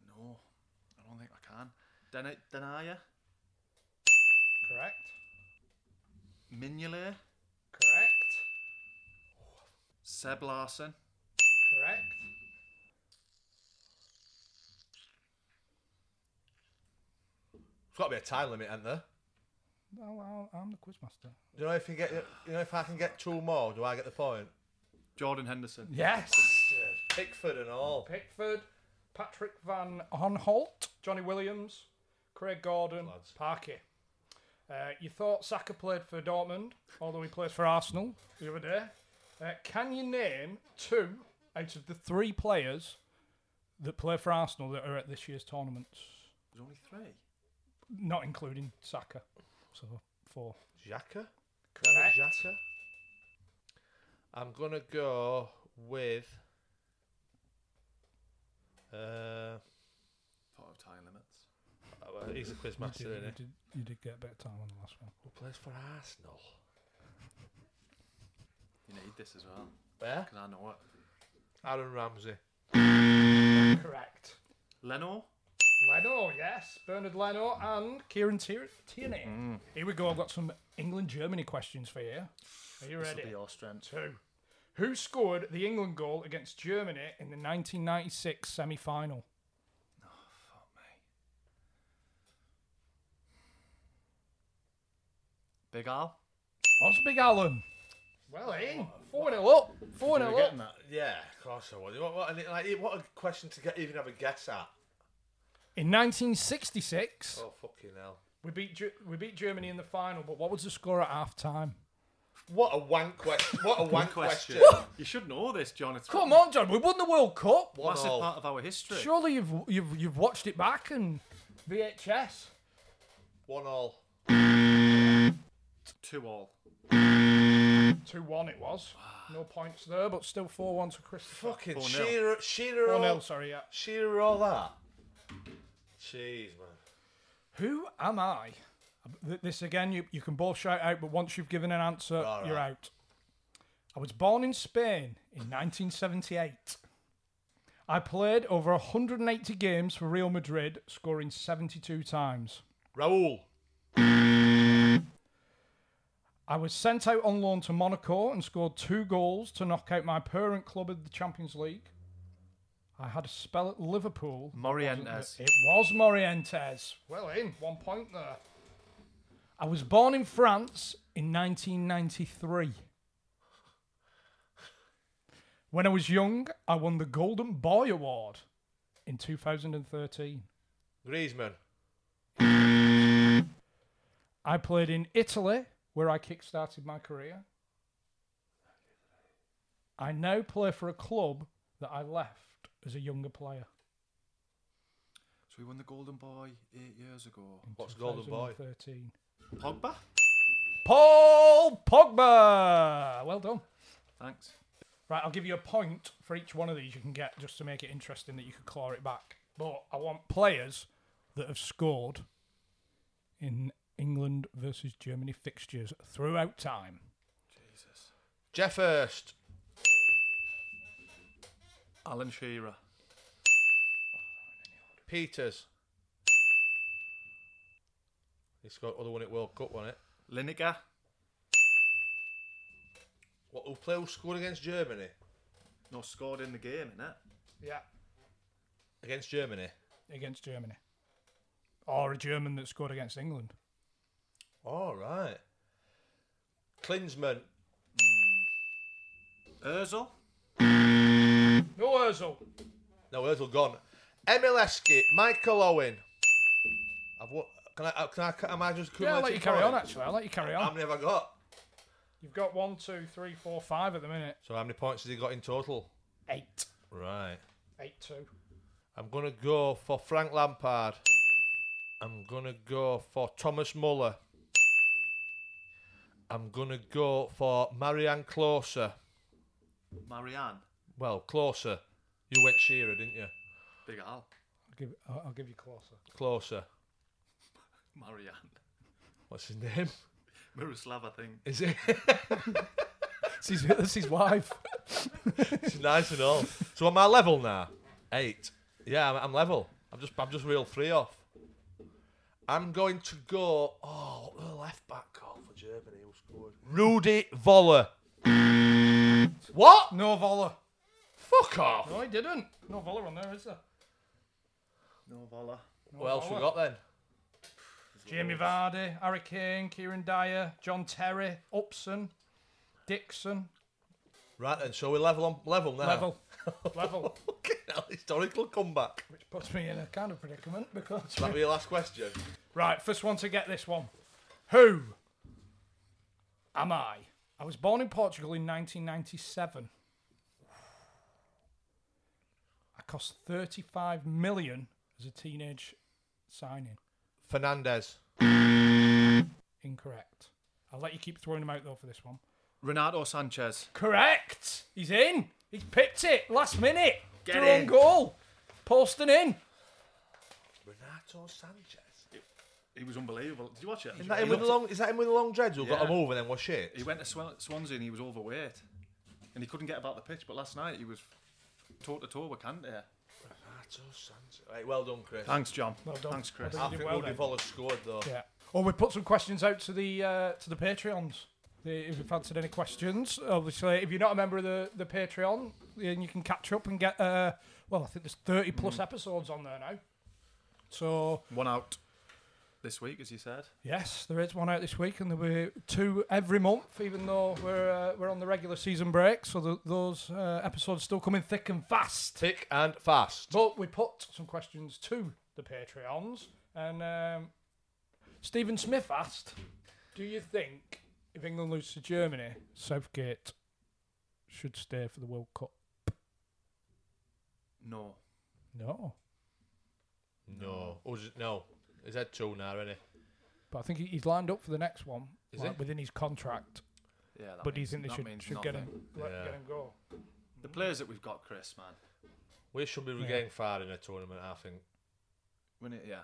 D: No, I don't think I can. Den- Denaya,
B: Correct.
D: Mignolet,
B: Correct.
D: Seb Larson.
B: Correct.
A: There's got to be a time limit, ain't there?
B: Well, I'm the quizmaster.
A: Do you know if you get, you know if I can get two more, do I get the point?
D: Jordan Henderson.
B: Yes.
A: Pickford and all.
B: Pickford, Patrick Van Honholt, Johnny Williams, Craig Gordon, Parky. Uh, you thought Saka played for Dortmund, although he plays for Arsenal the other day. Uh, can you name two out of the three players that play for Arsenal that are at this year's tournaments,
D: There's only three.
B: not including Saka. So four.
A: Xhaka? Correct. Xhaka. I'm going to go with. Uh, oh,
D: Thought of time limits.
A: well, he's a quiz
B: You
A: master,
B: did,
D: eh?
B: you,
A: isn't he?
B: did, you did get a bit of time on the last one.
A: Who plays for Arsenal?
D: You need this as well
A: Where?
D: because I know it.
A: Aaron Ramsey.
B: Correct.
D: Leno.
B: Leno, yes. Bernard Leno and Kieran Tier- Tierney. Here we go. I've got some England Germany questions for you. Are you
D: This will
B: ready?
D: be your strength.
B: Two. Who scored the England goal against Germany in the 1996 semi final?
D: Big Al.
B: What's Big Allen? Well, eh? 4 0 up.
D: Oh,
B: 4 0 up.
D: that.
A: Yeah, of course I would. What, what, and it- like, what a question to get even have a guess at.
B: In 1966,
A: Oh, fucking hell.
B: we, beat Ge- we beat Germany in the final, but what was the score at half time?
A: What a wank question. What a wank question.
D: you should know this, John. It's
B: Come on, John, we won the World Cup.
A: One
D: massive
A: all.
D: part of our history.
B: Surely you've, you've, you've watched it back and VHS.
A: One all.
D: Two all.
B: 2 1 it was. No points there, but still 4 1 to Christopher.
A: Fucking
D: 4-0.
A: Shearer, Shearer,
B: 4 0,
A: all,
B: sorry, yeah.
A: Shearer, all that. Jeez, man.
B: Who am I? Th- This again, you, you can both shout out, but once you've given an answer,
A: All
B: you're
A: right.
B: out. I was born in Spain in 1978. I played over 180 games for Real Madrid, scoring 72 times.
A: Raul.
B: I was sent out on loan to Monaco and scored two goals to knock out my parent club of the Champions League. I had a spell at Liverpool
D: Morientes.
B: It was Morientes. Well in, one point there. I was born in France in 1993. When I was young, I won the Golden Boy Award in 2013.
A: Griezmann.
B: I played in Italy, where I kickstarted my career. I now play for a club that I left as a younger player.
D: So we won the Golden Boy eight years ago.
B: in
A: What's Golden Boy?
B: 2013.
D: Pogba.
B: Paul Pogba. Well done.
D: Thanks.
B: Right, I'll give you a point for each one of these you can get just to make it interesting that you could claw it back. But I want players that have scored in England versus Germany fixtures throughout time.
A: Jeff Hurst.
D: Alan Shearer.
A: Peters. He scored other one at World Cup, wasn't it?
D: Lineker.
A: What, who play who scored against Germany?
D: No, scored in the game, innit?
B: Yeah.
A: Against Germany?
B: Against Germany. Or a German that scored against England.
A: All right. Klinsman.
D: Özil.
B: No Ozil.
A: No, Özil gone. Emil Eskit. Michael Owen. I've what? Can I? uh, Can I? Am I just?
B: Yeah, I'll let you
A: accumulating
B: carry on,
A: points?
B: actually. I'll let you carry
A: How
B: on.
A: many have I got?
B: You've got one, two, three, four, five at the minute.
A: So how many points has he got in total?
B: Eight.
A: Right.
B: Eight, two.
A: I'm gonna go for Frank Lampard. I'm gonna go for Thomas Muller. I'm gonna go for Marianne Closer.
D: Marianne.
A: Well, closer. You went Shearer, didn't you?
D: Big Al.
B: I'll give, I'll, I'll give you closer.
A: Closer.
D: Marianne.
A: What's his name?
D: Miroslav, I think.
A: Is it?
B: That's his, that's his wife.
A: it's nice and all. So am I level now? Eight. Yeah, I'm, I'm level. I'm just I'm just real three off. I'm going to go. Oh, what was the left back call for Germany? Who scored? Rudy Voller. what?
B: No Voller.
A: Fuck off.
B: No, he didn't. No Voller on there, is there?
D: No, Vola.
A: What
B: Oh,
A: else we got then?
B: Jamie Vardy, Harry Kane, Kieran Dyer, John Terry, Upson, Dixon.
A: Right then, so we're level on level now.
B: Level. Level.
A: Fucking hell, historical comeback.
B: Which puts me in a kind of predicament because.
A: That'll be your last question.
B: Right, first one to get this one. Who am I? I was born in Portugal in 1997. I that cost 35 million as a teenage signing.
A: Fernandez.
B: Incorrect. I'll let you keep throwing them out though for this one.
D: Renato Sanchez.
B: Correct. He's in. He's picked it last minute.
D: Get
B: Their own
D: in.
B: goal. Posting in.
A: Renato Sanchez.
D: He was unbelievable. Did you watch it?
A: Is that him with the long? Is that him with the long dreads? Who got
D: Yeah.
A: him over and then was shit.
D: He went to Swan- Swansea and he was overweight, and he couldn't get about the pitch. But last night he was toe to toe with Kante.
A: Renato Sanchez. Right, well done, Chris.
D: Thanks, John.
B: Well done.
D: Thanks, Chris.
A: I
B: You did
A: think
B: well
A: Woody
B: then.
A: Voller scored though.
B: Yeah. Well, we put some questions out to the uh, to the Patreons. The- If you've answered any questions, obviously, if you're not a member of the, the Patreon, then you can catch up and get. Uh, well, I think there's 30 plus episodes on there now. So
D: One out this week, as you said.
B: yes, there is one out this week, and there were two every month, even though we're uh, we're on the regular season break. So th those uh, episodes still coming thick and fast.
A: Thick and fast.
B: But we put some questions to the Patreons, and um, Stephen Smith asked, "Do you think if England lose to Germany, Southgate should stay for the World Cup?"
D: No.
B: No,
A: No. Or is it- no. Is that two now, isn't it?
B: but I think he- he's lined up for the next one,
A: Is
B: like,
A: he?
B: within his contract.
D: Yeah. That
B: but do you
D: means-
B: think they
D: that
B: should
D: means
B: should
D: nothing.
B: get him, let,
A: Yeah.
B: get him go?
D: The players that we've got, Chris, man.
A: We should be
B: Yeah.
A: getting far in a tournament, I think.
D: When it, yeah.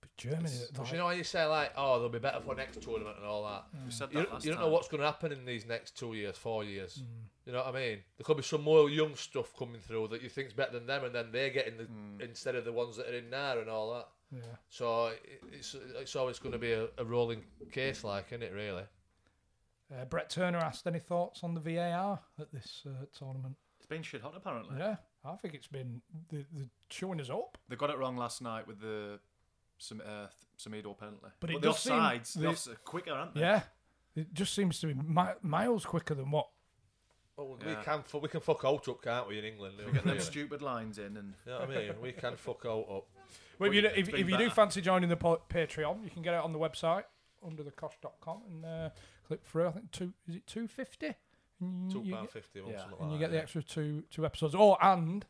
B: But Germany,
A: Because
B: like,
A: you know how you say like, oh, they'll be better for next tournament and all that.
D: We said that
A: You, don't-
D: last
A: you don't
D: time.
A: know what's going to happen in these next two years, four years.
B: Mm.
A: You know what I mean? There could be some more young stuff coming through that you think's better than them, and then they're getting the instead of the ones that are in now and all that.
B: yeah.
A: So it, it's it's always going to be a, a rolling case, like, isn't it? Really?
B: Uh, Brett Turner asked, "Any thoughts on the VAR at this uh, tournament?"
D: It's been shit hot, apparently.
B: Yeah, I think it's been the the chewing us up.
D: They got it wrong last night with the some uh, Semedo penalty.
B: But it
D: the
B: does seem
D: offsides, the
B: the-
D: offs are quicker, aren't they?
B: Yeah, it just seems to be mi- miles quicker than what.
A: Oh,
D: Yeah.
A: we can fu- we can fuck out up, can't we? In England,
D: We get them
A: really?
D: stupid lines in, and
A: You know what I mean? We can fuck out up.
B: Well, if you,
D: it's
B: if,
D: been
B: if you do
D: better.
B: fancy joining the po- Patreon, you can get it on the website under the cosh.com and uh, click through. I think two is it two fifty, and you,
A: Two
B: you
A: pound
B: get,
A: fifty, or
D: yeah,
A: something like
B: and you
A: that,
B: get the
A: yeah.
B: extra two two episodes. Oh, and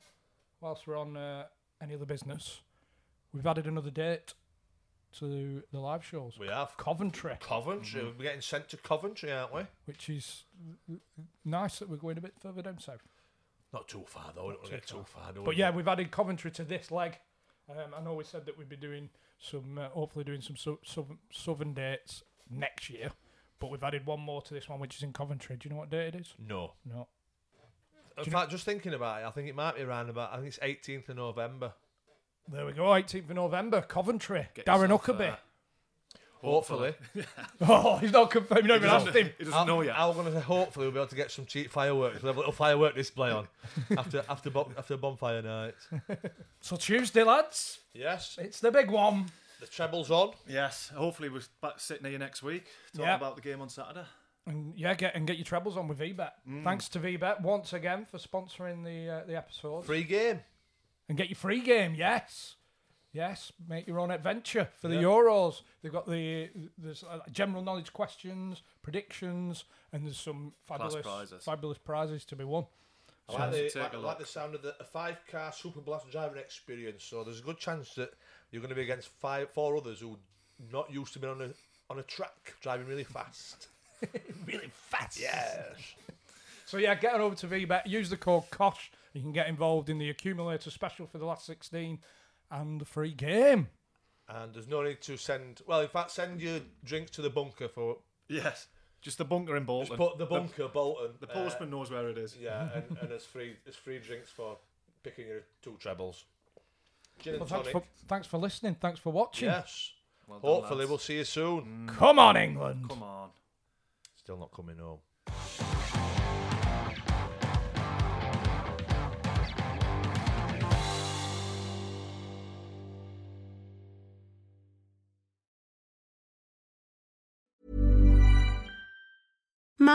B: whilst we're on uh, any other business, we've added another date to the live shows.
A: We have
B: Coventry,
A: Coventry. We're getting sent to Coventry, aren't we?
B: which is uh, nice that we're going a bit further down south.
A: Not too far though. Not get too far. do
B: But
A: we?
B: yeah, we've added Coventry to this leg. Um, I know we said that we'd be doing some, uh, hopefully doing some sou- southern, southern dates next year, but we've added one more to this one, which is in Coventry. Do you know what date it is?
A: no.
B: No.
A: In fact, just thinking about it, I think it might be around about. I think it's 18th of November.
B: There we go, 18th of November, Coventry.
D: Get
B: Darren
D: yourself,
B: Huckabee.
D: uh,
A: Hopefully,
B: Oh, he's not confirmed. You don't even asked
D: doesn't-
B: him.
D: uh, he doesn't know yet.
A: I'm going to hopefully we'll be able to get some cheap fireworks. We'll have a little firework display on after after bo- after bonfire night.
B: So Tuesday, lads,
A: Yes,
B: it's the big one.
A: the treble's on.
D: yes, hopefully we're back sitting here next week talking
B: Yeah.
D: about the game on Saturday.
B: And yeah, get and get your trebles on with VBet.
D: Mm.
B: Thanks to VBet once again for sponsoring the uh, the episode.
A: Free game.
B: and get your free game. Yes, yes, make your own adventure for the Euros. They've got the there's uh, general knowledge questions, predictions, and there's some fabulous
D: prizes.
B: fabulous prizes to be won.
A: I like,
D: to
A: the,
D: take
A: like,
D: a
A: I
D: look.
A: like the sound of the a five car super blast driving experience. So there's a good chance that you're going to be against five, four others who not used to being on a on a track driving really fast.
B: Really fast.
A: Yes.
B: So yeah, get on over to VBet. Use the code Kosh. You can get involved in the accumulator special for the last sixteen and the free game.
A: And there's no need to send. Well, in fact, send your drinks to the bunker for.
D: Yes, just the bunker in Bolton.
A: Just put the bunker, Bolton.
D: The
A: uh,
D: postman knows where it is.
A: yeah, and, and there's free there's free drinks for picking your two trebles. Gin and
B: Well, thanks
A: tonic.
B: for thanks for listening. Thanks for watching.
A: yes.
D: Well done,
A: Hopefully,
D: lads.
A: we'll see you soon.
B: Come on, England.
D: Come on.
A: Still not coming home.
E: Mom